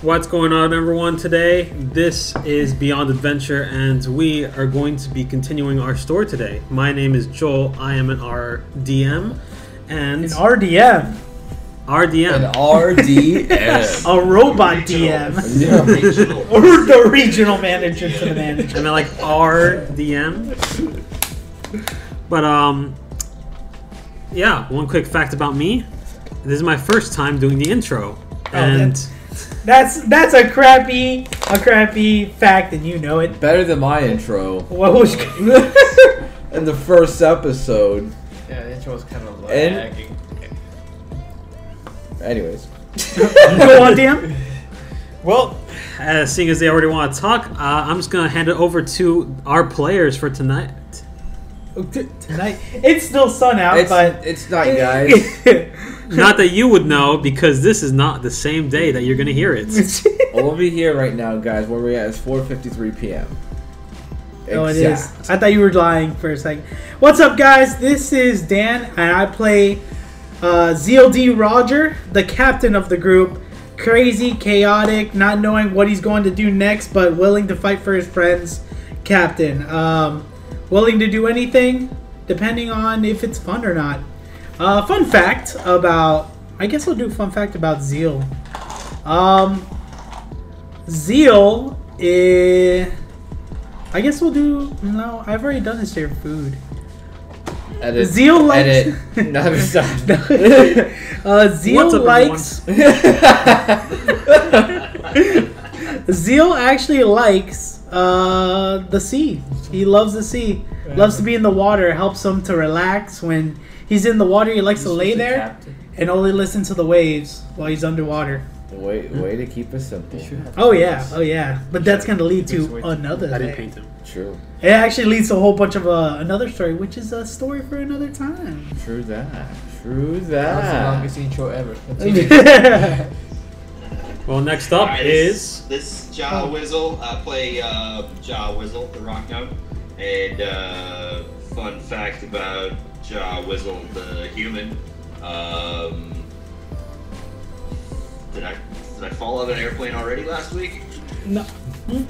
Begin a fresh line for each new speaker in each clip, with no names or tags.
What's going on, everyone? Today, this is Beyond Adventure, and we are going to be continuing our story today. My name is Joel. I am an RDM, and
An RDM,
An
RDM,
RDM.
a robot DM,
Yeah.
or the regional manager to the manager.
I mean like RDM. But um, yeah. One quick fact about me: this is my first time doing the intro, and
that's- That's that's a crappy a crappy fact, and you know it.
Better than my intro.
What was
In the first episode.
Yeah, the intro was kind of
And-
lagging.
Anyways.
go on, DM?
Well,
uh, seeing as they already want to talk, uh, I'm just gonna hand it over to our players for tonight.
Tonight, it's still sun out,
It's,
but
it's not, guys.
Not that you would know, because this is not the same day that you're gonna hear it.
Over here right now, guys, where we at is 4.53 p.m.
No, it is.
Exact.
I thought you were lying for a second. What's up, guys? This is Dan, and I play uh, ZLD Roger, the captain of the group. Crazy, chaotic, not knowing what he's going to do next, but willing to fight for his friends. Captain, um, willing to do anything, depending on if it's fun or not. Uh, fun fact about, I guess I'll do a fun fact about Zeal. Um, Zeal is. I guess we'll do. No, I've already done his favorite food.
Edit.
Zeal likes-
Edit. No, I'm sorry.
uh, Zeal
What's up,
likes. Zeal actually likes uh, the sea. He loves the sea. Loves to be in the water. Helps him to relax when he's in the water. He likes to lay there and only listen to the waves while he's underwater.
way, way to keep it simple.
Oh yeah, oh yeah. But that's gonna lead to
Wait,
another.
I didn't
thing.
paint him.
True.
It actually leads to a whole bunch of uh, another story, which is a story for another time.
True that. True
That was the
that.
longest intro ever. Continue.
Wait,
Well, next up
Hi,
is
this, this is
Oh.
Ja Wizzle. I play uh, Ja Wizzle, the rock gnome. And uh, fun fact about Ja Wizzle, the human. Um, did I did I fall out of an airplane already last week?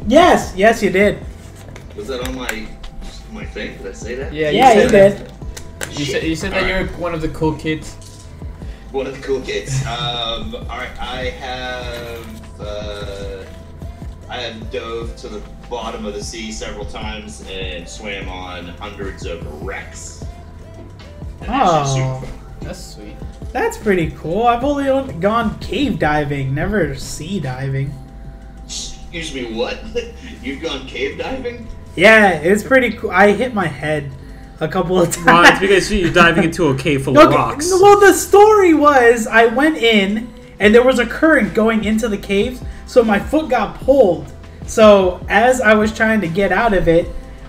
yes, yes, you did.
Was that on my my thing? Did I say that?
Yeah,
Yeah,
you
you
said
did.
that. You said, you said that you're one of the cool kids.
One of the cool kids. Um, all right, I have uh, I have dove to the bottom of the sea several times and swam on hundreds of wrecks. And that's just
Oh.
super fun.
That's sweet.
That's pretty cool. I've only on- gone cave diving, never sea diving.
Excuse me, what? You've gone cave diving?
Yeah, it's pretty cool. I hit my head a couple of times.
well, it's because you- you're diving into a cave full of
Okay,
rocks.
Well, the story was I went in and there was a current going into the caves, so my foot got pulled. So as I was trying to get out of it,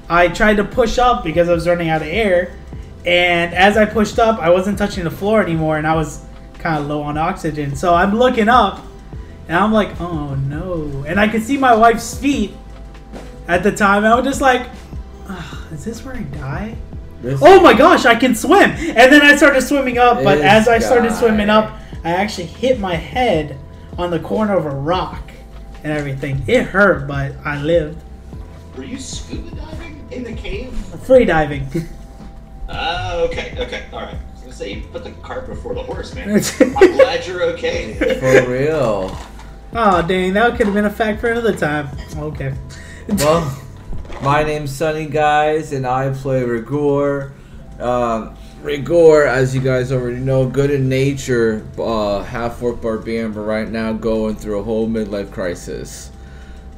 I tried to push up because I was running out of air. And as I pushed up, I wasn't touching the floor anymore and I was kind of low on oxygen. So I'm looking up and I'm like, oh no. And I could see my wife's feet at the time. And I was just like, "Ugh, is this where I die?
This-
oh my gosh, I can swim. And then I started swimming up, but
This
as I started
guy.
swimming up, I actually hit my head on the corner of a rock and everything. It hurt, but I lived.
Were you scuba diving in the cave?
Free diving.
Ah, okay, okay, all right. I was gonna say you put the cart before the horse, man. I'm glad you're okay.
For real.
oh dang, that could have been a fact for another time. Okay.
Well, my name's Sunny Guys, and I play Rigor. Um, Rigor, as you guys already know, good in nature, uh, half orc barbarian, but right now going through a whole midlife crisis.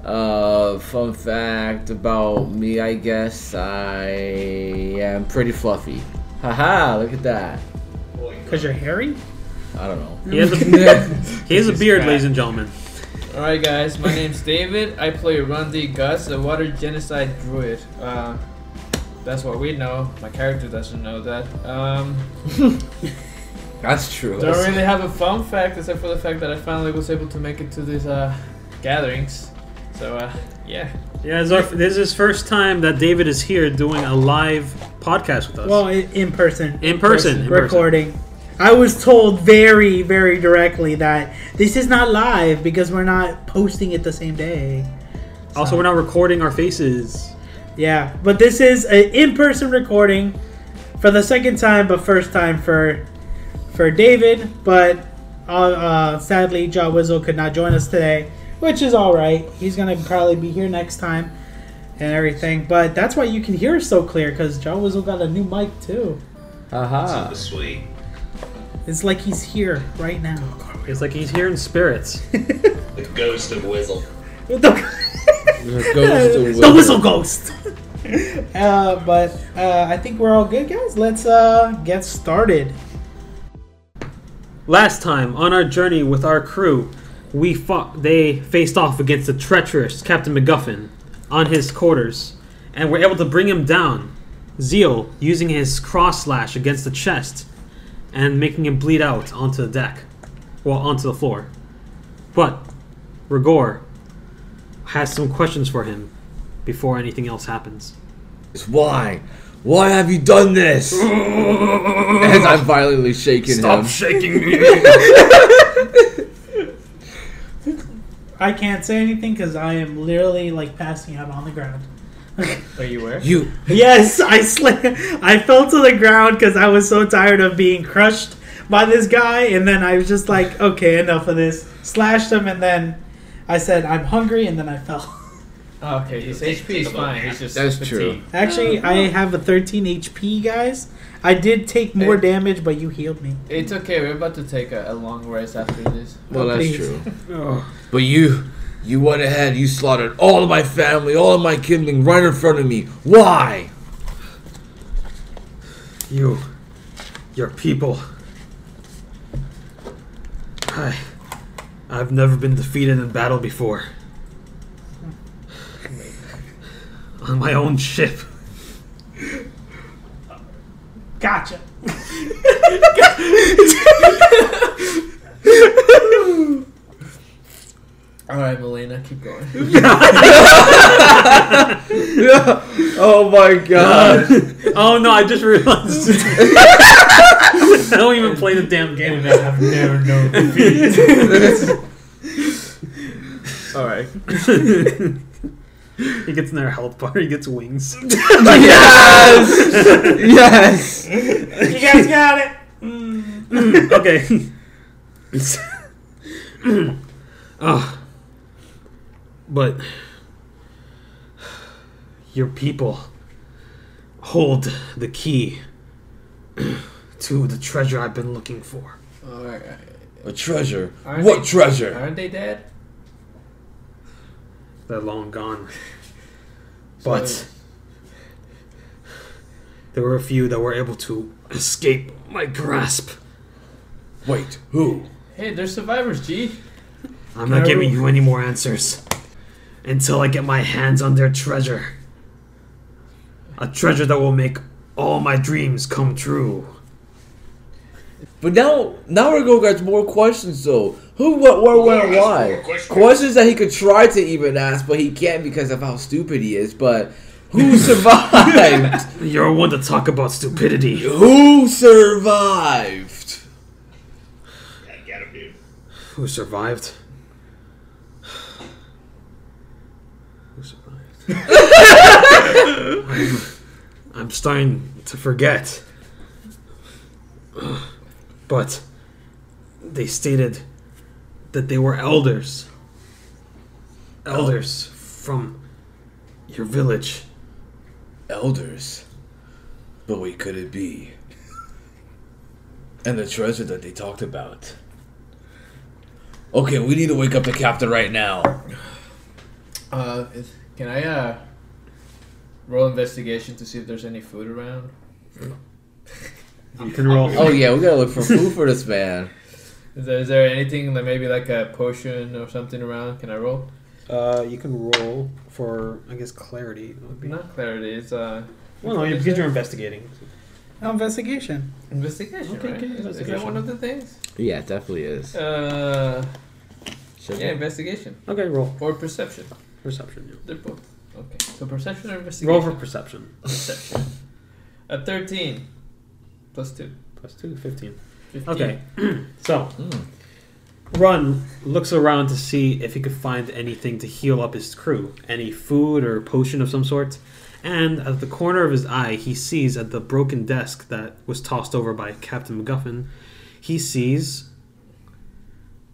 Uh, fun fact about me, I guess I am pretty fluffy. Haha, look at that.
Boy,
Cause you're hairy?
I don't know.
He has a,
Yeah.
he has a
Jesus
beard,
Christ.
ladies and gentlemen.
Alright, guys, my name's David. I play Rundi Gus, the water genocide druid. Uh, that's what we know. My character doesn't know that. Um,
That's true.
don't really have a fun fact except for the fact that I finally was able to make it to these uh, gatherings. So, uh, yeah.
Yeah, this is, our, this is his first time that David is here doing a live podcast with us.
Well, i- in person.
in person. in person.
recording. I was told very, very directly that this is not live because we're not posting it the same day.
Also, we're not recording our faces.
Yeah, but this is an in-person recording for the second time, but first time for for David. But uh, uh, sadly, Ja Wizzle could not join us today, which is all right. He's gonna probably be here next time and everything. But that's why you can hear us so clear because Ja Wizzle got a new mic too.
Aha.
Super sweet.
It's like he's here right now.
It's like he's here in spirits.
The ghost of Wizzle.
the,
The ghost of
the
Wizzle.
whistle ghost. uh, but uh, I think we're all good, guys. Let's uh, get started.
Last time on our journey with our crew, we fought. They faced off against the treacherous Captain MacGuffin on his quarters, and were able to bring him down. Zeal using his cross slash against the chest and making him bleed out onto the deck, well onto the floor. But Rigor has some questions for him before anything else happens.
Why? Why have you done this? As I'm violently shaking him.
shaking me.
I can't say anything because I am literally like passing out on the ground.
But you were?
you
Yes, I sl- I fell to the ground because I was so tired of being crushed by this guy, and then I was just like, okay, enough of this. Slashed him, and then I said, I'm hungry, and then I fell.
Oh, okay, his HP is fine. He's just
That's
fatigued.
Actually, I have a 13 HP, guys. I did take more
Hey.
damage, but you healed me.
It's okay. We're about to take a, a long rest after this.
Well, that's
please.
true. But you, you went ahead. You slaughtered all of my family, all of my kindling, right in front of me. Why?
You, your people. I, I've never been defeated in battle before. On my own ship.
Gotcha.
All right, Melina, keep going.
oh my god!
oh no! I just realized. I don't even play the damn game.
I've never known defeat. All right.
He gets in their health bar. He gets wings.
yes! Yes!
You guys got it. Mm.
okay. oh. But your people hold the key to the treasure I've been looking for.
All right.
A treasure.
Aren't
what
they-
treasure?
Aren't they dead?
They're long gone. But
So-
there were a few that were able to escape my grasp.
Wait, who?
Hey, they're survivors, G.
I'm not giving you any more answers until I get my hands on their treasure. A treasure that will make all my dreams come true.
But now, now we're going to get more questions though. Who, what, where, when,
Yeah,
why?
more questions.
Questions that he could try to even ask, but he can't because of how stupid he is. But who survived?
You're one to talk about stupidity.
who survived?
Yeah, get him, dude.
Who survived? Who survived? I'm, I'm starting to forget. But they stated that they were elders. Elders from your village.
elders. But we could it be? And the treasure that they talked about. Okay, we need to wake up the captain right now.
Uh, is- can I uh roll investigation to see if there's any food around?
You can roll.
Oh yeah, we gotta look for food for this man.
Is there, is there anything like maybe like a potion or something around? Can I roll?
Uh, you can roll for, I guess, clarity. Would be...
Not clarity. It's uh
Well, no, you- because you're investigating.
Investigation.
investigation.
Okay,
right?
okay,
Is- Is that
investigation.
one of the things?
Yeah, it definitely is.
Uh,
Should
yeah,
we-
investigation
Okay, roll.
or perception.
Perception. yeah.
They're both okay. So perception or investigation.
Roll for perception.
perception. A thirteen plus two.
Plus two, 15. Okay, so Run looks around to see if he could find anything to heal up his crew, any food or potion of some sort. And at the corner of his eye, he sees at the broken desk that was tossed over by Captain MacGuffin, he sees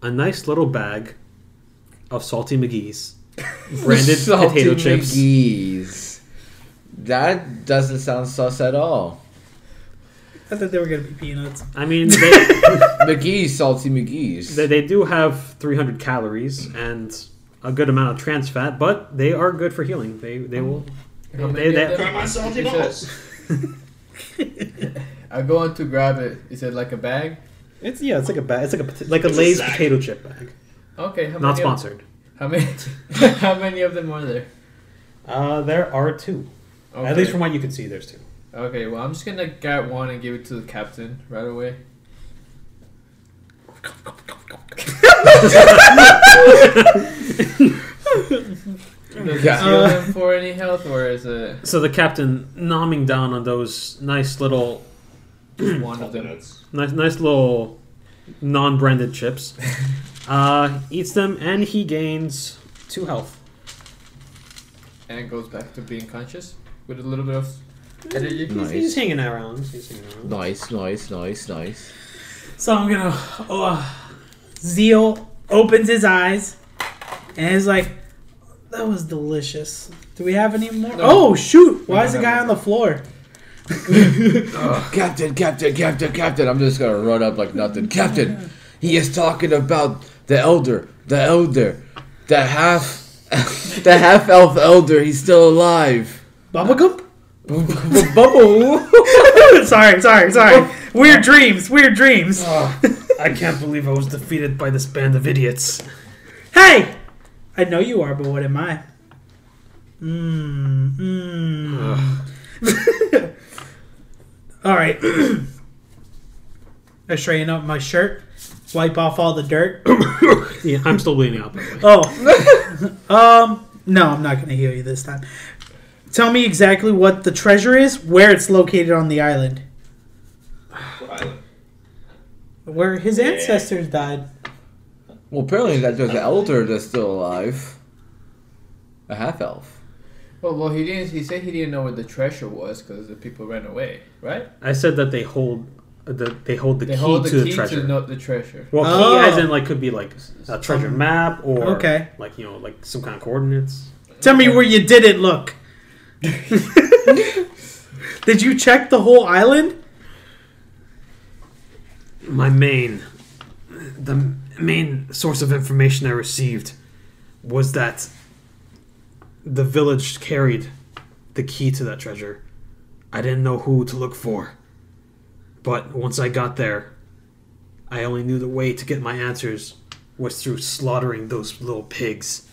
a nice little bag of salty McGee's branded
Salty
potato chips.
McGee's. That doesn't sound sus at all.
I thought they were gonna be peanuts.
I mean, they,
McGee's, salty McGee's.
they, they do have 300 calories and a good amount of trans fat, but they are good for healing. They they will.
How
They-
many
they-
of them?
Try my salty
He said-
balls.
I go on to grab it. Is it like a bag?
It's yeah, it's like a bag. It's like a pota- like a
It's a
Lay's
sack.
potato chip bag.
Okay. How
Not
many of-
sponsored.
How many? how many of them are there?
Uh, there are two.
Okay.
At least from what you can see, there's two.
Okay. Well, I'm just gonna get one and give it to the captain right away. Does it
Yeah.
heal him for any health, or is it
So the captain nomming down on those nice little,
one of them?
Nuts.
nice, nice little non-branded chips. Uh, eats them and he gains two health.
And goes back to being conscious with a little bit of energy.
He's,
Nice.
he's hanging around. He's hanging around.
Nice, nice, nice, nice.
So I'm gonna. Oh, Zeal opens his eyes and is like, "That was delicious." Do we have any more?
No.
Oh shoot! Why
don't
is the
have
guy
any.
on the floor?
Captain, Captain, Captain, Captain. I'm just gonna run up like nothing. Captain, he is talking about the elder, the elder, the half, the half elf elder. He's still alive.
Bubblegum?
Bubble.
sorry, sorry, sorry. Weird dreams. Weird dreams.
Oh.
I can't believe I was defeated by this band of idiots.
Hey! I know you are, but what am I? Mmm. Mmm. all right. I straighten up my shirt, wipe off all the dirt.
Yeah, I'm still bleeding out. By the way.
Oh. um. No, I'm not going to heal you this time. Tell me exactly what the treasure is, where it's located on the island,
Right.
where his
Yeah.
ancestors died.
well, apparently that there's an elder that's still alive. A half elf.
Well, well, he didn't. He said he didn't know where the treasure was because the people ran away, right?
I said that they hold the they hold the
They
key
hold the
to
key
the treasure.
to know the treasure.
Well,
Oh.
key as in like could be like a treasure
Um,
map or
Okay.
like you know like some kind of coordinates.
Tell me where you did it look. did you check the whole island?
My main, the main source of information I received was that the village carried the key to that treasure. I didn't know who to look for, but once I got there, I only knew the way to get my answers was through slaughtering those little pigs.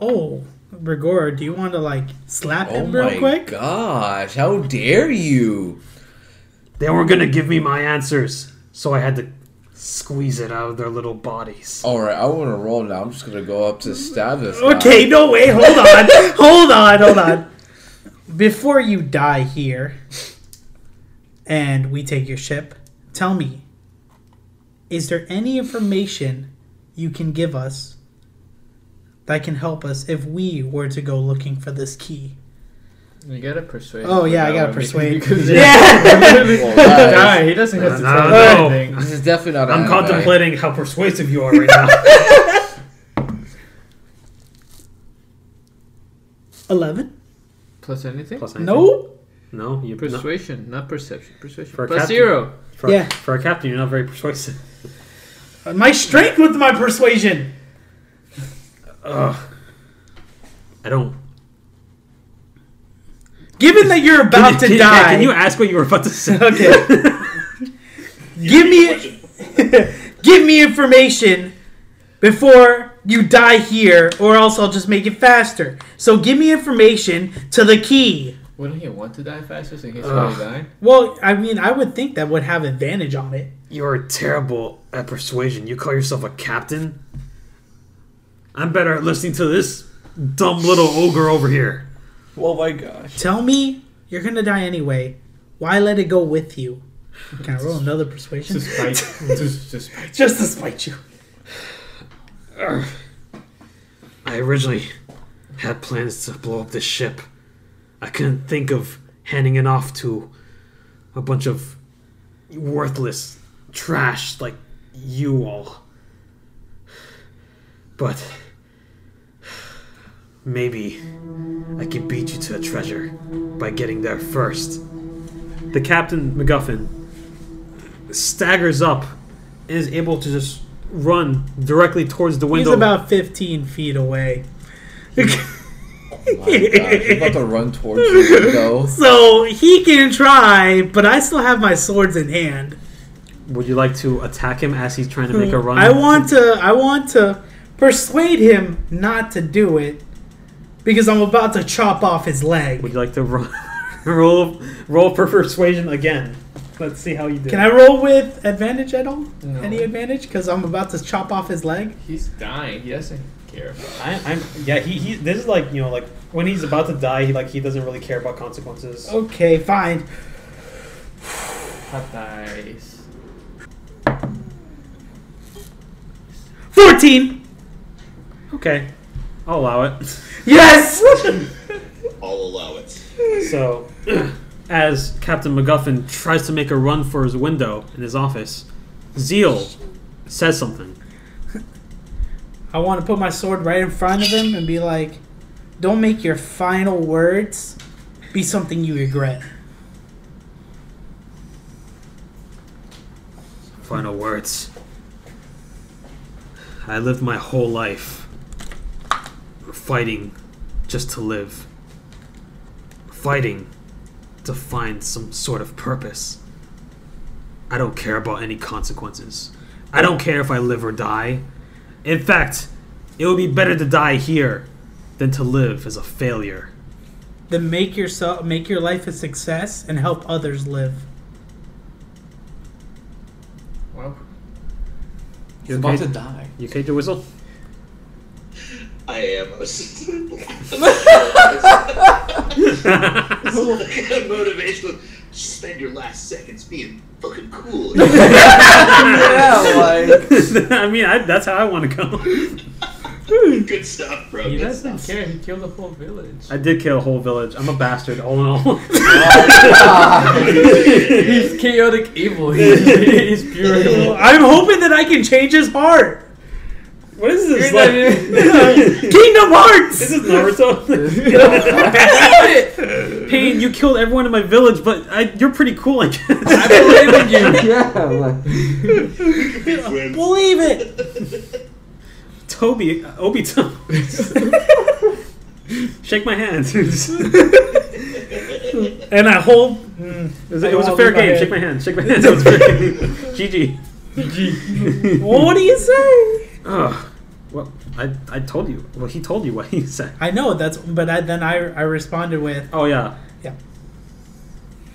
Oh, Rigor, do you want to like slap
Oh
him real
my
quick?
gosh! How dare you?
They were gonna give me my answers, so I had to squeeze it out of their little bodies.
All right, I want to roll now. I'm just gonna go up to stab this. guy.
Okay, no wait, hold on, hold on, hold on. Before you die here, and we take your ship, tell me, is there any information you can give us that can help us if we were to go looking for this key?
You gotta persuade.
Oh
him
yeah,
for
I
that
gotta
one
persuade.
because-
Well, guys,
Guy, he doesn't have to
No,
tell
no.
no, anything.
This is definitely not.
I'm
anime.
contemplating how persuasive you are right now.
Eleven?
Plus anything?
Plus nineteen.
No.
No, you no.
Persuasion, not perception. Persuasion.
For a
Plus
captain.
zero.
For,
Yeah.
for a captain, you're not very persuasive.
My strength with my persuasion.
Ugh. I don't.
Given that you're about
Can
to
you-
die,
Can you ask what you were about to say?
okay. give me
Question.
give me information before you die here, or else I'll just make it faster. So give me information to the key.
Wouldn't he want to die faster since he's
Ugh.
already dying?
Well, I mean, I would think that would have advantage on it.
You're terrible at persuasion. You call yourself a captain? I'm better at listening to this dumb little ogre over here.
Oh my gosh.
Tell me you're gonna die anyway. Why let it go with you? Can I roll another
To
persuasion?
spite. to, to spite.
Just to spite you.
Urgh. I originally had plans to blow up this ship. I couldn't think of handing it off to a bunch of worthless trash like you all. But maybe I could beat you to a treasure by getting there first. The Captain MacGuffin staggers up and is able to just run directly towards the
He's
window.
about 15 feet away.
Oh My God, he's about to run towards the window.
So he can try, but I still have my swords in hand.
Would you like to attack him as he's trying to make a run?
Hmm. I want to I want to persuade him not to do it because I'm about to chop off his
Would
leg.
you like to roll roll, roll for persuasion again? Let's see how you do.
Can I roll with advantage at all?
No.
Any advantage? Because I'm about to chop off his leg.
He's dying. He doesn't care.
I, I'm yeah. He, he this is like you know like when he's about to die, he like he doesn't really care about consequences.
Okay, fine.
Hot dice.
14.
Okay, I'll allow it.
Yes.
I'll allow it.
So, as Captain MacGuffin tries to make a run for his window in his office, Zeal says something.
I want to put my sword right in front of him and be like, "Don't make your final words be something you regret."
Final words. I lived my whole life fighting just to live, fighting to find some sort of purpose. I don't care about any consequences. I don't care if I live or die. In fact, it would be better to die here than to live as a failure.
Then make yourself make your life a success and help others live.
Well,
He's about to die.
You take your whistle?
I am. Motivational. Spend your last seconds being fucking cool.
Yeah, like
I mean, I, that's how I want to go.
Good stuff, bro.
he
Good
doesn't
stuff.
care. He killed the whole village.
I did kill a whole village. I'm a bastard, all in all.
He's chaotic evil. He's, he's pure evil.
I'm hoping that I can change his heart.
What is this?
You're
Like,
not even-
Kingdom Hearts.
this is Naruto. Pain, you killed everyone in my village, but I, you're pretty cool, I
I
guess.
believe in you.
yeah, like
Friends.
Believe it.
Toby, uh, Obito. Shake my hand. it was,
And I hold. Mm,
it was a fair game. Shake my hand. Shake my hand. That was fair game. GG.
Well, what do you say?
Ugh. Well, I, I told you. Well, he told you what he said.
I know that's, but I, then I I responded with,
Oh, yeah.
yeah.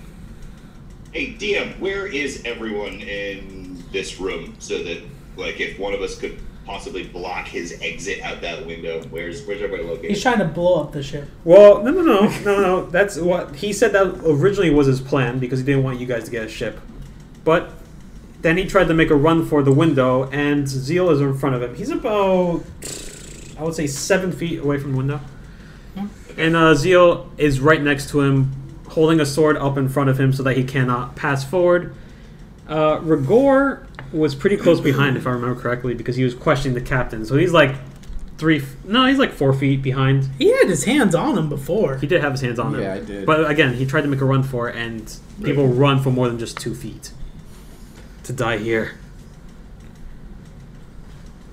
Hey, DM, where is everyone in this room? So that, like, if one of us could possibly block his exit out that window, where's where's everybody located?
He's trying to blow up the ship.
Well, no, no, no, no, no. That's what he said. That originally was his plan because he didn't want you guys to get a ship. But then he tried to make a run for the window, and Zeal is in front of him. He's about, I would say, seven feet away from the window, and uh, Zeal is right next to him, holding a sword up in front of him so that he cannot pass forward. Uh, Rigor was pretty close behind, if I remember correctly, because he was questioning the captain. So he's like three, f- no, he's like four feet behind.
He had his hands on him before.
He did have his hands on him.
Yeah, I did.
But again, he tried to make a run for it, and people run for more than just two feet. To die here.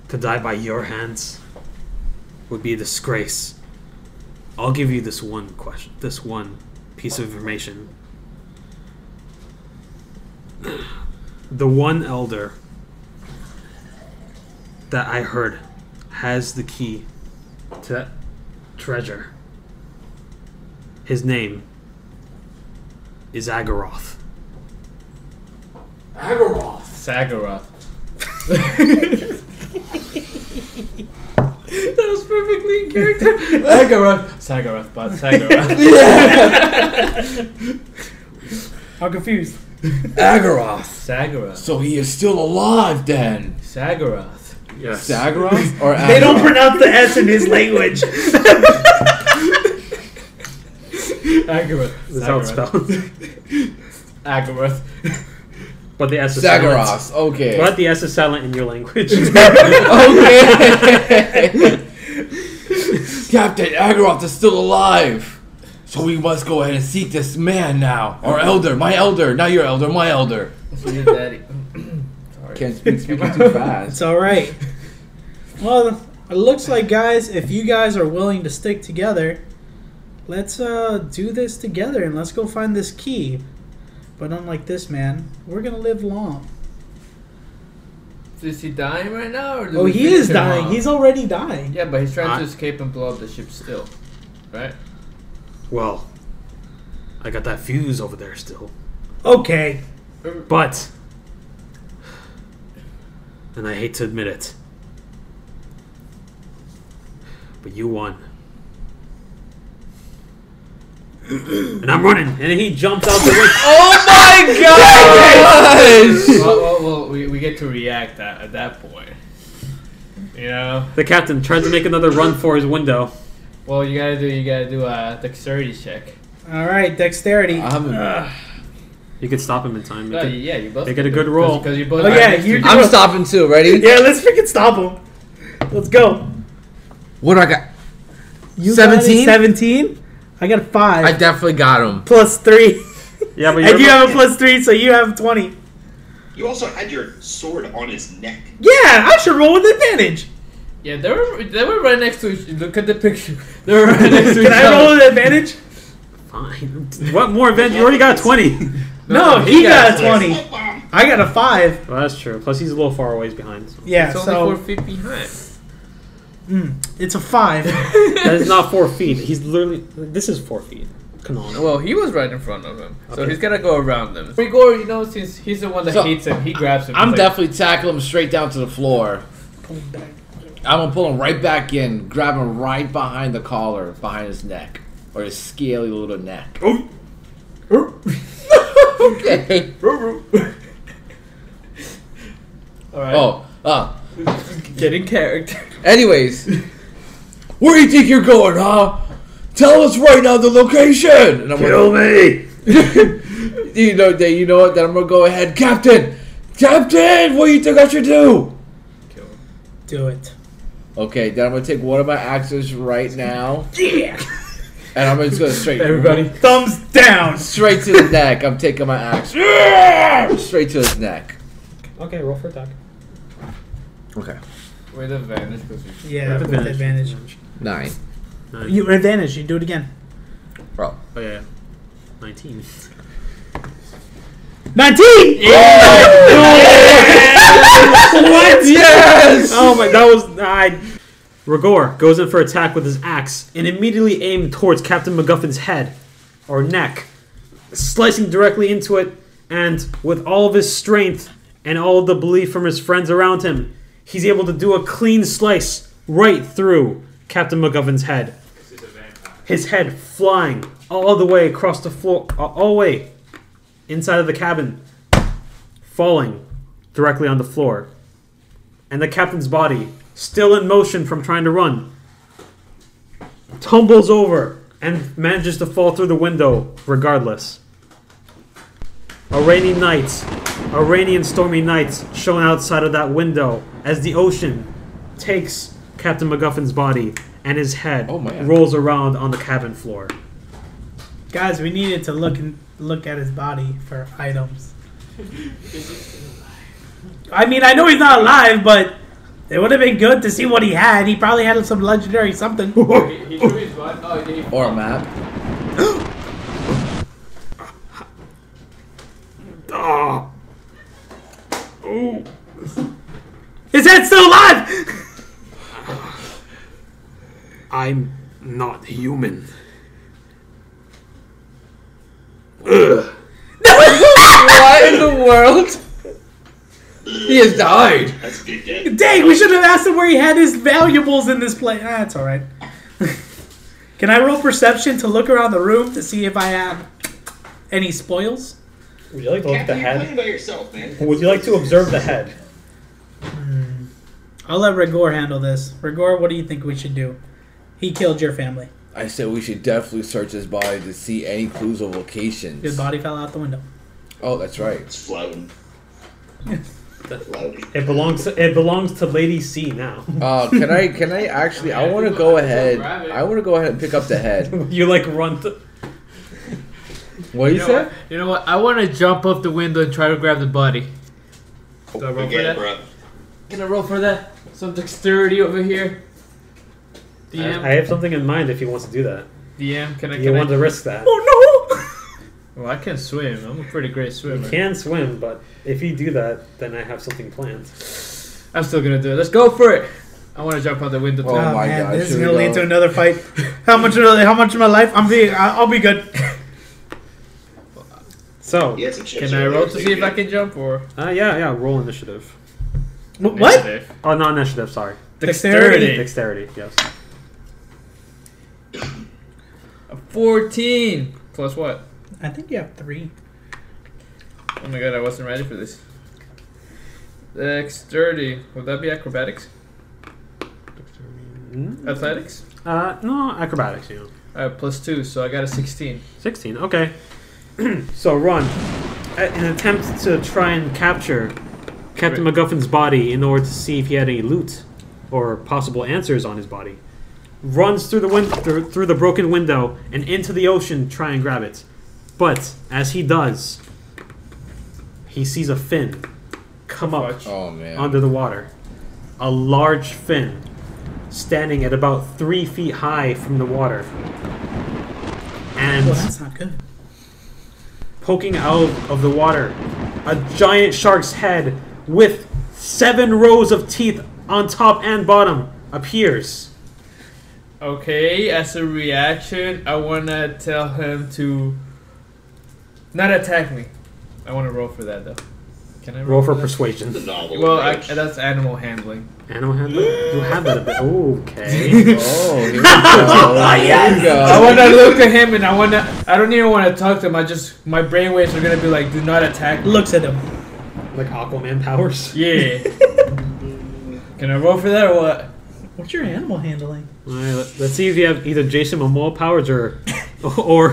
To die by your hands would be a disgrace. I'll give you this one question, this one piece of information. The one elder that I heard has the key to that treasure. His name is Agaroth.
Agaroth.
Sagaroth. that was perfectly in character. Sagaroth. Sagaroth, but Sagaroth.
Yeah.
I'm confused.
Agaroth.
Sagaroth.
So he is still alive then.
Sagaroth.
Yes.
Sagaroth or Agaroth?
They don't pronounce the S in his language.
Agaroth.
That's how it's
Sagaroth.
spelled.
Agaroth.
but the S is silent.
Sagaroth. Okay.
But the S is silent in your language.
okay. Captain Agaroth is still alive. So we must go ahead and seek this man now. Our elder, my elder, not your elder, my elder.
Sweet daddy. Sorry.
Can't speak speaking too
It's
fast.
all right. Well, it looks like guys, if you guys are willing to stick together, let's uh, do this together and let's go find this key. But unlike this man, we're gonna live long.
Is he dying right now? Or did
Oh,
we
he
finish
is
him
dying.
off?
He's already dying.
Yeah, but he's trying
I-
to escape and blow up the ship still. Right?
well, I got that fuse over there still.
Okay.
But, and I hate to admit it, but you won. and I'm running, and he jumps out the way.
Oh my god!
well, well, well we, we get to react at, at that point. You know?
The captain tries to make another run for his window.
Well, you gotta do you gotta do a dexterity check.
All right. Dexterity.
I'm,
You could stop him in time. You
No,
could-
yeah, you both
They get Ah. a good roll.
because you both.
Oh,
are
yeah,
next to
you
each
do
other.
I'm stopping too. Ready?
yeah, let's freaking stop him. Let's go.
What do I got?
You
Seventeen?
Seventeen. I got a five
I definitely got him.
plus three,
yeah, but
and you
you're-
have a plus three, so you have twenty.
You also had your sword on his neck.
Yeah, I should roll with advantage.
Yeah, they were they were right next to each. Look at the picture. They were right next to each
Can I roll
other.
with advantage?
Fine. What more event? You already got 20.
No, he, got, a
it.
twenty. I got a five.
Well, that's true. Plus, he's a little far ways behind. so-
Yeah,
It's only
so
four feet behind.
it's a five.
That is not four feet. He's literally. This is four feet. Come on.
Well, he was right in front of him, so
Okay.
he's gotta go around them. Rigor, you know, since he's the one that
So,
hates him, he grabs him.
I'm
He's like,
definitely tackling him straight down to the floor. I'm gonna pull him right back in, grab him right behind the collar, behind his neck, or his scaly little neck.
Oh.
okay.
All right.
Oh, uh.
get in character.
Anyways, where do you think you're going, huh? Tell us right now the location. And I'm Kill me. you know that. You know what? Then I'm gonna go ahead, Captain. Captain, what do you think I should do?
Kill him.
Do it.
Okay, then I'm gonna take one of my axes right now,
Yeah.
and I'm just gonna straight
Everybody.
Thumbs down.
straight to the neck. I'm taking my axe Yeah! straight to his neck.
Okay, roll for attack.
Okay,
With advantage, because you
Yeah, with
Advantage.
advantage.
nine.
Nine.
You advantage. You do it again.
Bro,
Oh, yeah. 19.
Nineteen.
what?
yes.
Oh my, that was. I. Rigor goes in for attack with his axe and immediately aimed towards Captain MacGuffin's head or neck, slicing directly into it. And with all of his strength and all of the belief from his friends around him, he's able to do a clean slice right through Captain MacGuffin's head. His head flying all the way across the floor, uh, all the way inside of the cabin, falling directly on the floor and the captain's body, still in motion from trying to run, tumbles over and manages to fall through the window regardless. A rainy night, a rainy and stormy night shone outside of that window as the ocean takes Captain MacGuffin's body and his head
Oh, man.
rolls around on the cabin floor.
Guys, we needed to look and look at his body for items. I mean, I know he's not alive, but it would have been good to see what he had. He probably had some legendary something.
He, he threw his butt. Oh, he,
Or a map.
Ah,
His head's still alive.
I'm not human.
what in the world? He has died.
That's a good day.
Dang, we should have asked him where he had his valuables in this place. Ah, it's all right. Can I roll perception to look around the room to see if I have any spoils?
Would you like to look at the
Captain, you're
head?
playing by yourself, man.
Would you like to observe the head?
I'll let Rigor handle this. Rigor, what do you think we should do? He killed your family.
I said we should definitely search his body to see any clues of locations.
His body fell out the window.
Oh, that's right.
It's floating. floating.
It belongs. To, it belongs to Lady C now.
Uh, can I? Can I actually? I want to go ahead. I want to go ahead and pick up the head.
you like run. To,
What you
know
said?
what? You know what? I want to jump up the window and try to grab the body.
Oh,
Do I roll for
Again,
that?
bro.
Gonna roll for that. Some dexterity over here. DM,
I, I have something in mind if he wants to do that.
DM, can I?
You
Can I
want to risk that?
Oh,
well, I can swim. I'm a pretty great swimmer.
Can swim, but if you do that, then I have something planned.
I'm still gonna do it. Let's go for it. I want to jump out the window.
Oh
too.
my God,
this is
here we
gonna lead
go.
to another fight. How much? Of, how much of my life? I'm being. I- I'll be good.
So,
You had some chips
Can I
earlier,
roll to
so
see if
you
I can jump or
uh, yeah, yeah, roll initiative.
Wh- what?
Initiative.
Oh, not initiative. Sorry,
Dexterity.
Dexterity.
dexterity. Yes.
A Fourteen plus what?
I think you have three.
Oh my god, I wasn't ready for this. Dexterity. Would that be acrobatics?
Mm,
Athletics?
Uh, no, acrobatics. You know,
Alright, plus two, so I got a 16.
sixteen. Okay. so run, A- an attempt to try and capture Captain
Right.
MacGuffin's body in order to see if he had any loot or possible answers on his body. Runs through the win- through, through the broken window and into the ocean, to try and grab it. But as he does, he sees a fin come up
Fudge.
Oh man.
under the water. A large fin standing at about three feet high from the water.
Well,
And
that's not good.
poking out of the water, a giant shark's head with seven rows of teeth on top and bottom appears.
Okay, as a reaction, I wanna tell him to not attack me. I wanna roll for that though. Can I
Roll for
that?
can- The
persuasion.
novel.
Well, I,
approach.
that's animal handling.
Animal handler? You have that a bit. Okay.
Oh, here we go. Here we go.
I wanna look at him and I wanna. I don't even wanna talk to him. I just. My brainwaves are gonna be like, do not attack me.
Looks at him.
Like Aquaman powers.
Yeah. Can I roll for that or what?
What's your animal handling?
Alright, let- let's see if you have either Jason Momoa powers or. or.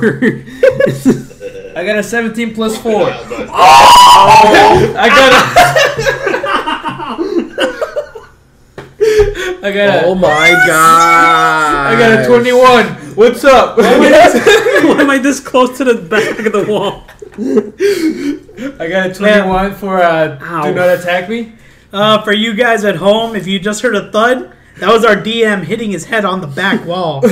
I got a 17 plus 4.
Wild Bunch.
I got a. I got a.
Oh my god.
I got a 21. What's up?
Oh
Why am I this close to the back of the wall?
I got a 21 for uh,
Ow.
do not attack me.
Uh, for you guys at home, if you just heard a thud, that was our DM hitting his head on the back wall.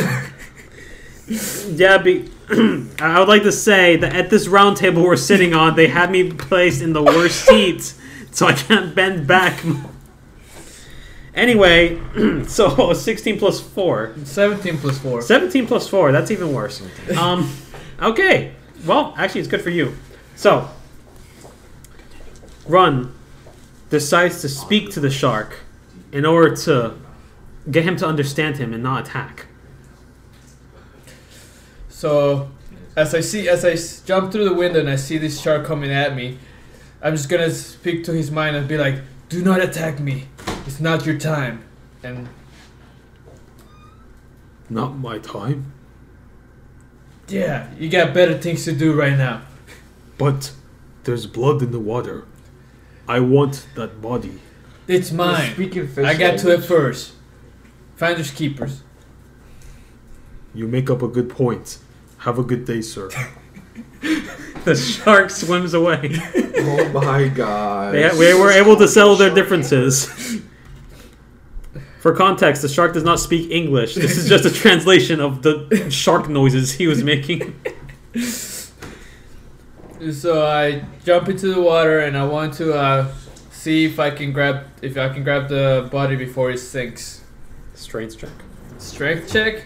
Yeah, be, I would like to say that at this round table we're sitting on, they had me placed in the worst seat, so I can't bend back. Anyway, so 16 plus 4.
17 plus 4.
17 plus 4, that's even worse. Um, okay, well, actually, it's good for you. So, Run decides to speak to the shark in order to get him to understand him and not attack.
So, as I see, as I s- jump through the window and I see this shark coming at me, I'm just gonna speak to his mind and be like, "Do not attack me. It's not your time." And
Not my time.
yeah, you got better things to do right now.
But there's blood in the water. I want that body.
It's mine.
Speaking fish.
I got to it first. Finders keepers.
You make up a good point. Have a good day, sir. the shark swims away.
Oh my god.
They, we were able to settle their differences. For context, the shark does not speak English. This is just a translation of the shark noises he was making.
So I jump into the water and I want to uh, see if I can grab if I can grab the body before it sinks.
Strength check.
Strength check.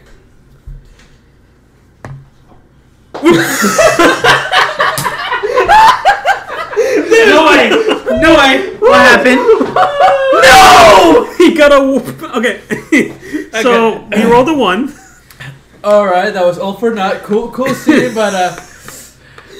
no way! No way! What happened?
No! He got a. whoop- Okay. so we rolled a one.
All right, that was all for not cool. Cool scene, but uh,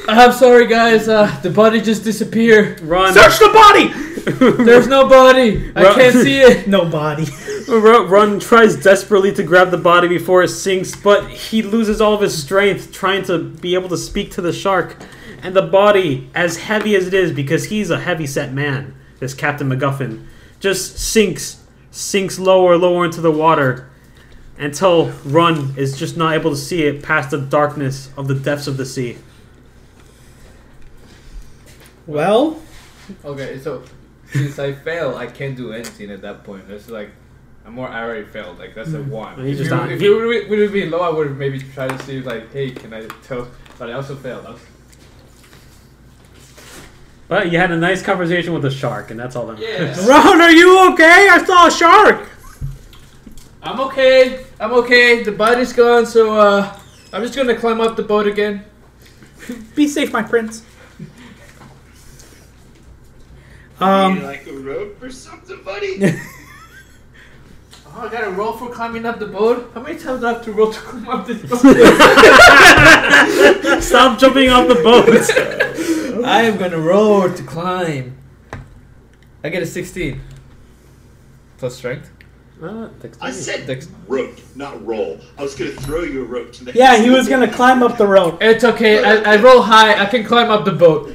I'm sorry, guys. Uh, the body just disappeared.
Run.
Search the body.
There's no body. I
Well-
can't see it.
No body.
Ru- Run tries desperately to grab the body before it sinks, but he loses all of his strength trying to be able to speak to the shark. And the body, as heavy as it is, because he's a heavy set man, this Captain MacGuffin, just sinks, sinks lower, lower into the water until Run is just not able to see it past the darkness of the depths of the sea.
Well,
Okay, so since I fail, I can't do anything at that point. That's like, I'm more, I already failed. Like that's a
Mm-hmm.
one.
He's
if
just
you,
not-
if you would would have been low, I would have maybe tried to see like, hey, can I tell? But I also failed. I was-
But you had a nice conversation with the shark, and that's all that matters.
yeah,
Ron, are you okay? I saw a shark.
I'm okay. I'm okay. The body's gone, so uh, I'm just gonna climb up the boat again.
Be safe, my prince.
you
Um,
like a rope or something, buddy?
Oh, I gotta roll for climbing up the boat. How many times do I have to roll to climb up this boat?
Stop jumping off the boat!
I am gonna roll to climb. I get a 16. Plus strength.
Ah,
Uh,
I said
Dex-
rope, not roll. I was gonna throw you a rope to the
yeah, he was gonna climb up the rope.
It's okay. I, I roll high. I can climb up the boat.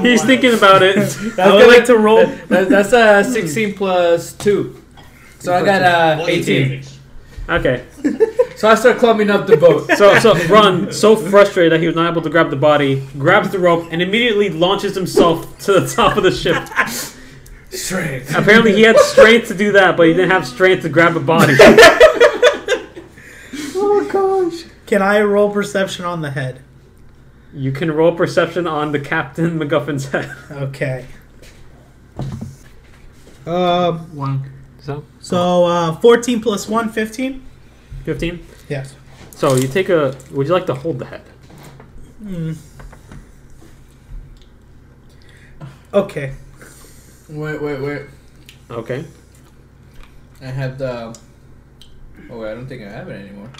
He's thinking about it.
I would
Okay.
like to roll.
That, that's uh, 16 plus 2. So I got uh, 18.
Okay.
So I start climbing up the boat.
So, so Ron, so frustrated that he was not able to grab the body, grabs the rope, and immediately launches himself to the top of the ship.
Strength.
Apparently, he had strength to do that, but he didn't have strength to grab a body.
Can I roll perception on the head?
You can roll perception on the Captain MacGuffin's head.
Okay. Um.
One.
So,
So uh, 14 plus 1, 15?
15?
Yes.
So, you take a. Would you like to hold the head?
Okay.
Wait, wait, wait.
Okay.
I have the. Oh wait, I don't think I have it anymore.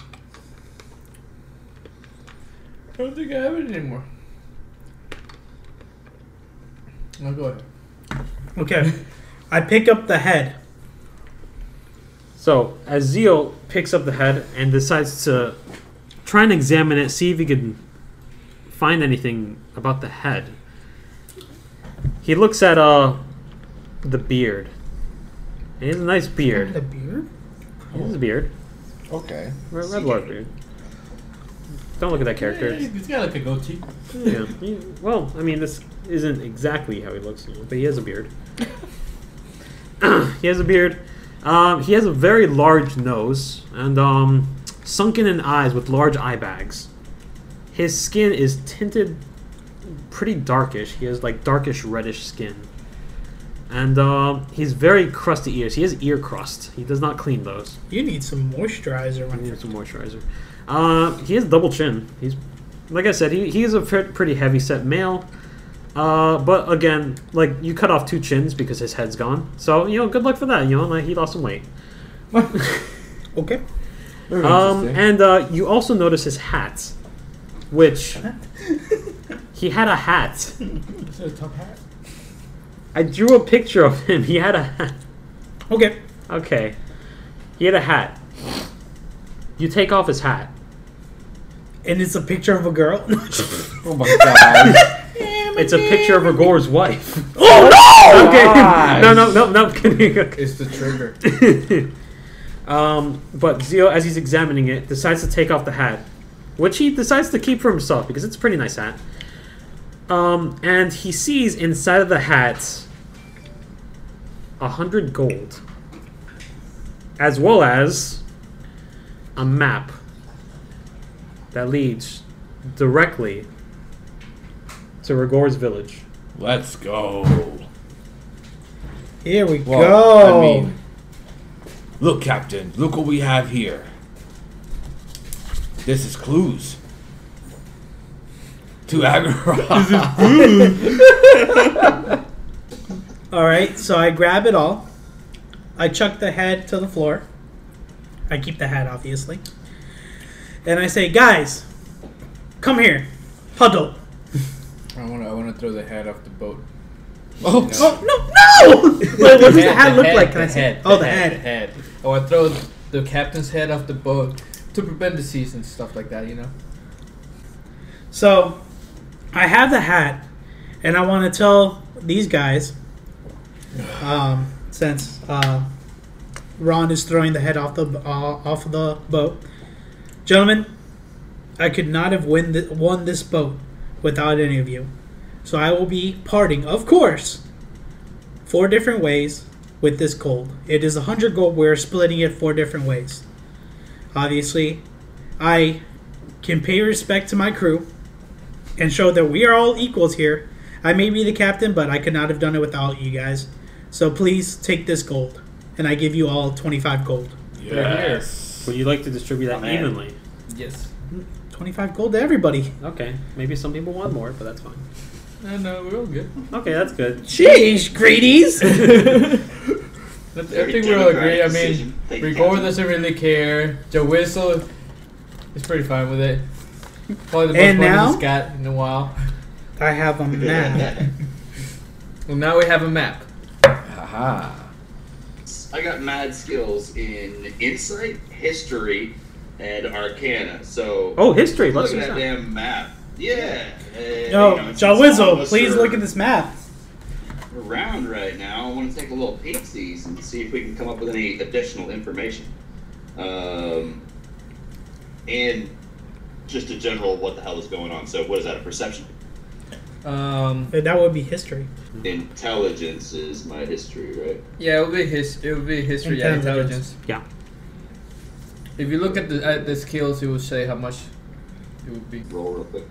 I don't think I have it anymore.
No, go ahead.
Okay. I pick up the head.
So, as Zeal picks up the head and decides to try and examine it, see if he can find anything about the head, he looks at uh the beard. And he has a nice beard.
beard?
He has a beard.
Okay.
Red, red Lord beard. Don't look at that character.
He's got like a goatee.
Yeah. He- well, I mean, this isn't exactly how he looks, but he has a beard. he has a beard. Um, he has a very large nose and um, sunken in eyes with large eye bags. His skin is tinted pretty darkish. He has like darkish reddish skin. And um, he's very crusty ears. He has ear crust. He does not clean those.
You need some moisturizer.
I
My
need some moisturizer. Uh, he has double chin. He's, like I said, he, he is a pre- pretty heavy set male. Uh, but again, like you cut off two chins because his head's gone. So you know, good luck for that. You know, like he lost some weight.
Okay.
Very
Um,
interesting.
and uh, you also notice his hat, which he had a hat.
Is it a top hat?
I drew a picture of him. He had a hat.
Okay.
Okay, he had a hat. You take off his hat.
And it's a picture of a girl.
oh my god.
It's a picture of Rigor's wife.
oh
Okay.
Nice.
no, no, no, no. I'm kidding. Okay.
It's the trigger.
um, but Zio, as he's examining it, decides to take off the hat, which he decides to keep for himself because it's a pretty nice hat. Um, and he sees inside of the hat a hundred gold, as well as a map that leads directly to Rigor's village.
Let's go.
Here we
Well,
go.
I mean, look, Captain. Look what we have here. This is clues to Agarok.
All right. So I grab it all. I chuck the head to the floor. I keep the hat, obviously. And I say, guys, Come here. Huddle.
I want to. I want to throw the head off the boat.
Oh,
Oh, no, no! Wait, what does the hat look
head,
like? Can
The
I see?
head.
Oh, the
The
head.
head. I want to throw the captain's head off the boat to prevent disease and stuff like that. You know.
So, I have the hat, and I want to tell these guys, um, since uh, Ron is throwing the head off the uh, off the boat, gentlemen, I could not have win th- won this boat without any of you. So I will be parting, of course, four different ways with this gold. It is a hundred gold. We're splitting it four different ways. Obviously, I can pay respect to my crew and show that we are all equals here. I may be the captain, but I could not have done it without you guys. So please take this gold, and I give you all 25 gold.
yes.
Would you like to distribute that
man.
evenly?
Yes.
25 gold to everybody.
Okay, maybe some people want more, but that's fine.
No, no, we're all good.
Okay, that's good.
Jeez, greedies!
I th- I
Very
think we all agree.
democratic
I mean,
decision. Thank you,
Record
Captain.
doesn't really care. Joe Whistle is pretty fine with it. Probably the most
And
money
now?
he's got in a while.
I have a map.
Well, now we have a map.
Aha.
I got mad skills in insight, history, and arcana. So
Oh, history.
look
Let's
at
do
that
that.
damn map. Yeah. uh, you
Yo,
know, since all of
Jawizzle,
us
please
are
look at this map.
Around right now, I want to take a little peek at these and see if we can come up with any additional information. Um, and just a general what the hell is going on. So, what is that? A perception?
Um,
Uh, That would be history.
Intelligence is my history, right?
yeah, it'll be his. It'll be history. Yeah,
Intelligence.
intelligence.
Yeah.
If you look at the at the skills, it will say how much it would be.
Roll real quick.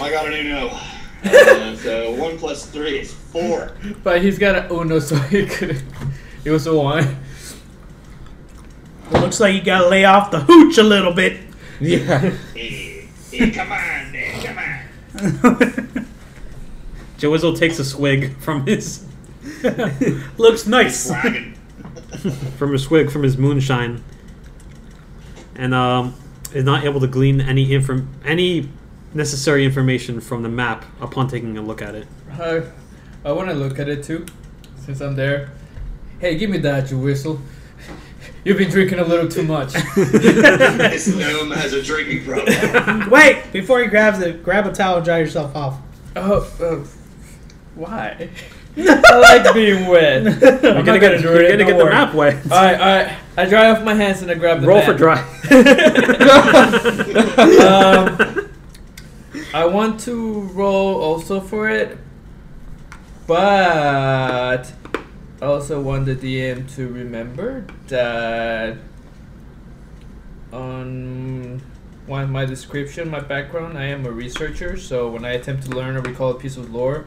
I got an Uno. Uh, so one plus three is four.
But he's got a Uno, so he could. It was a one.
Looks like you gotta lay off the hooch a little bit.
Yeah.
Hey, hey, come on, man, come on.
Joizel takes a swig from his
Looks nice.
Wagon.
from his swig from his moonshine, and um, is not able to glean any inform any necessary information from the map upon taking a look at it.
I, I want to look at it too, since I'm there. Hey, give me that, you whistle. You've been drinking a little too much.
This gnome has a drinking problem.
Wait, before he grabs it, grab a towel and dry yourself off.
Oh, oh. why? I like being wet. I'm
You're
not
gonna get,
do
you're
it,
gonna
don't
get the
worry.
map wet.
All right, all right. I dry off my hands and I grab the
Roll
map.
for dry.
Um, I want to roll also for it, but I also want the DM to remember that on one my description, my background, I am a researcher. So when I attempt to learn or recall a piece of lore,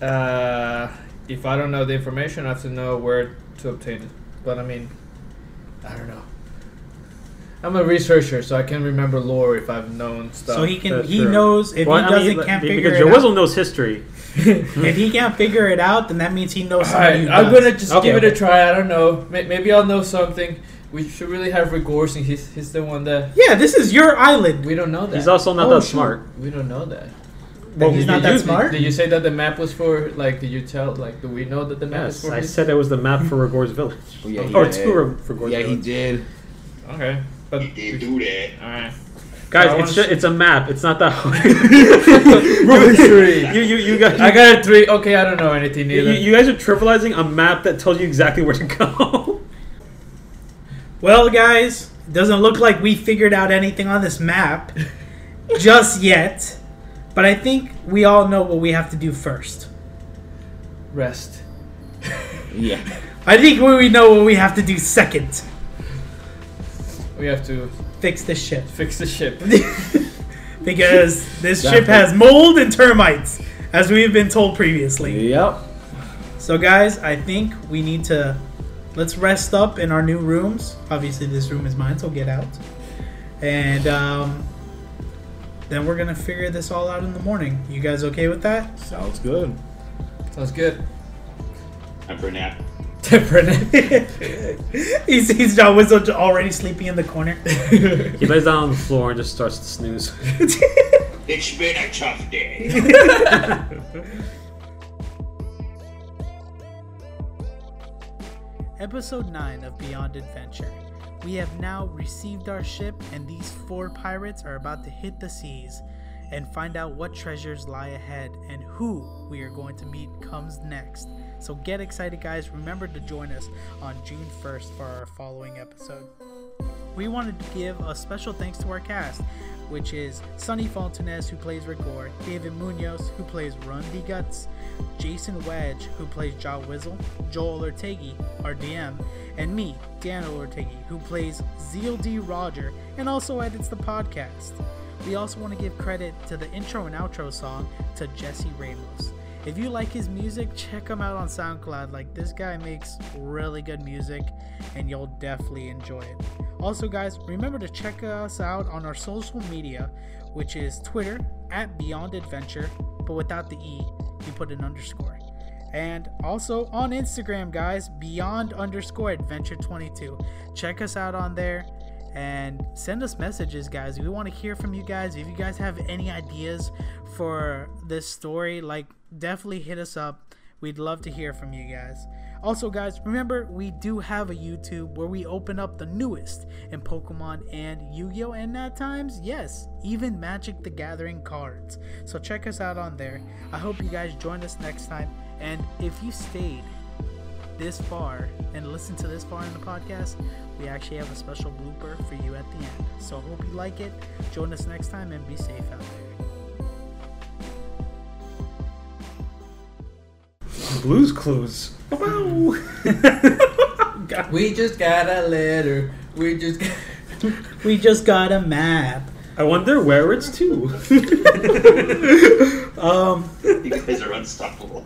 uh, if I don't know the information, I have to know where to obtain it. But I mean, I don't know. I'm a researcher, so I can remember lore if I've known stuff.
So he can
Oh, That's
he
true.
knows if
Well,
he
I
doesn't
mean,
can't
be-
figure
because
it
Joizel
out.
knows history.
If he can't figure it out, then that means he knows
All right,
somebody
I'm
who does.
gonna just
Okay,
give it a
okay.
try. I don't know. May- Maybe I'll know something. We should really have Rigor since he's, he's the one that
Yeah, this is your island.
we don't know that.
He's also not
Oh,
that
shoot.
smart.
we don't know that.
Well, he's
Did
not
you-
that
did-
smart.
Did you say that the map was for like? Did you tell like? Do we know that the map is
Yes,
for?
I
his-
said it was the map for Rigor's village.
Well, Oh, yeah, he
or
did.
two Rig- for Rigor's
yeah, he
village.
did.
Okay, but
He did do that.
all right. I
Guys,
wanna
it's just,
see-
it's a map. It's not that hard.
History.
you you you guys
I got a three. Okay, I don't know anything
you,
either.
you guys are trivializing a map that tells you exactly where to go.
Well, guys, it doesn't look like we figured out anything on this map just yet. But I think we all know what we have to do first.
Rest.
Yeah.
I think we we know what we have to do second.
We have to
Fix this ship.
fix the ship.
Because this
Exactly.
ship has mold and termites, as we've been told previously.
Yep.
So, guys, I think we need to let's rest up in our new rooms. Obviously, this room is mine, so get out. And um, then we're gonna figure this all out in the morning. You guys okay with that?
Sounds good.
Sounds good.
Time for a nap.
different.
he sees John Winslow j- already sleeping in the corner.
He lays down on the floor and just starts to snooze.
It's been a tough day.
Episode 9 of Beyond Adventure. We have now received our ship, and these four pirates are about to hit the seas and find out what treasures lie ahead and who we are going to meet comes next. So get excited, guys. Remember to join us on June 1st for our following episode. We wanted to give a special thanks to our cast, which is Sonny Fontanez, who plays Rigor, David Munoz, who plays Run the Guts, Jason Wedge, who plays Ja Wizzle, Joel Ortegi, our DM, and me, Daniel Ortegi, who plays ZLD Roger and also edits the podcast. We also want to give credit to the intro and outro song to Jesse Ramos. If you like his music, check him out on SoundCloud. Like this guy makes really good music and you'll definitely enjoy it. Also, guys, remember to check us out on our social media, which is Twitter at Beyond Adventure, but without the E, you put an underscore. And also on Instagram, guys, beyond underscore adventure 22. Check us out on there and send us messages guys we want to hear from you guys if you guys have any ideas for this story like definitely hit us up we'd love to hear from you guys also guys remember we do have a youtube where we open up the newest in pokemon and yu-gi-oh and at times yes even magic the gathering cards so check us out on there i hope you guys join us next time and if you stayed this far and listen to this far in the podcast, we actually have a special blooper for you at the end. So hope you like it. Join us next time and be safe out there.
Blues Clues.
We just got a letter. We just. Got...
We just got a map.
I wonder where it's to.
Um,
You guys are unstoppable.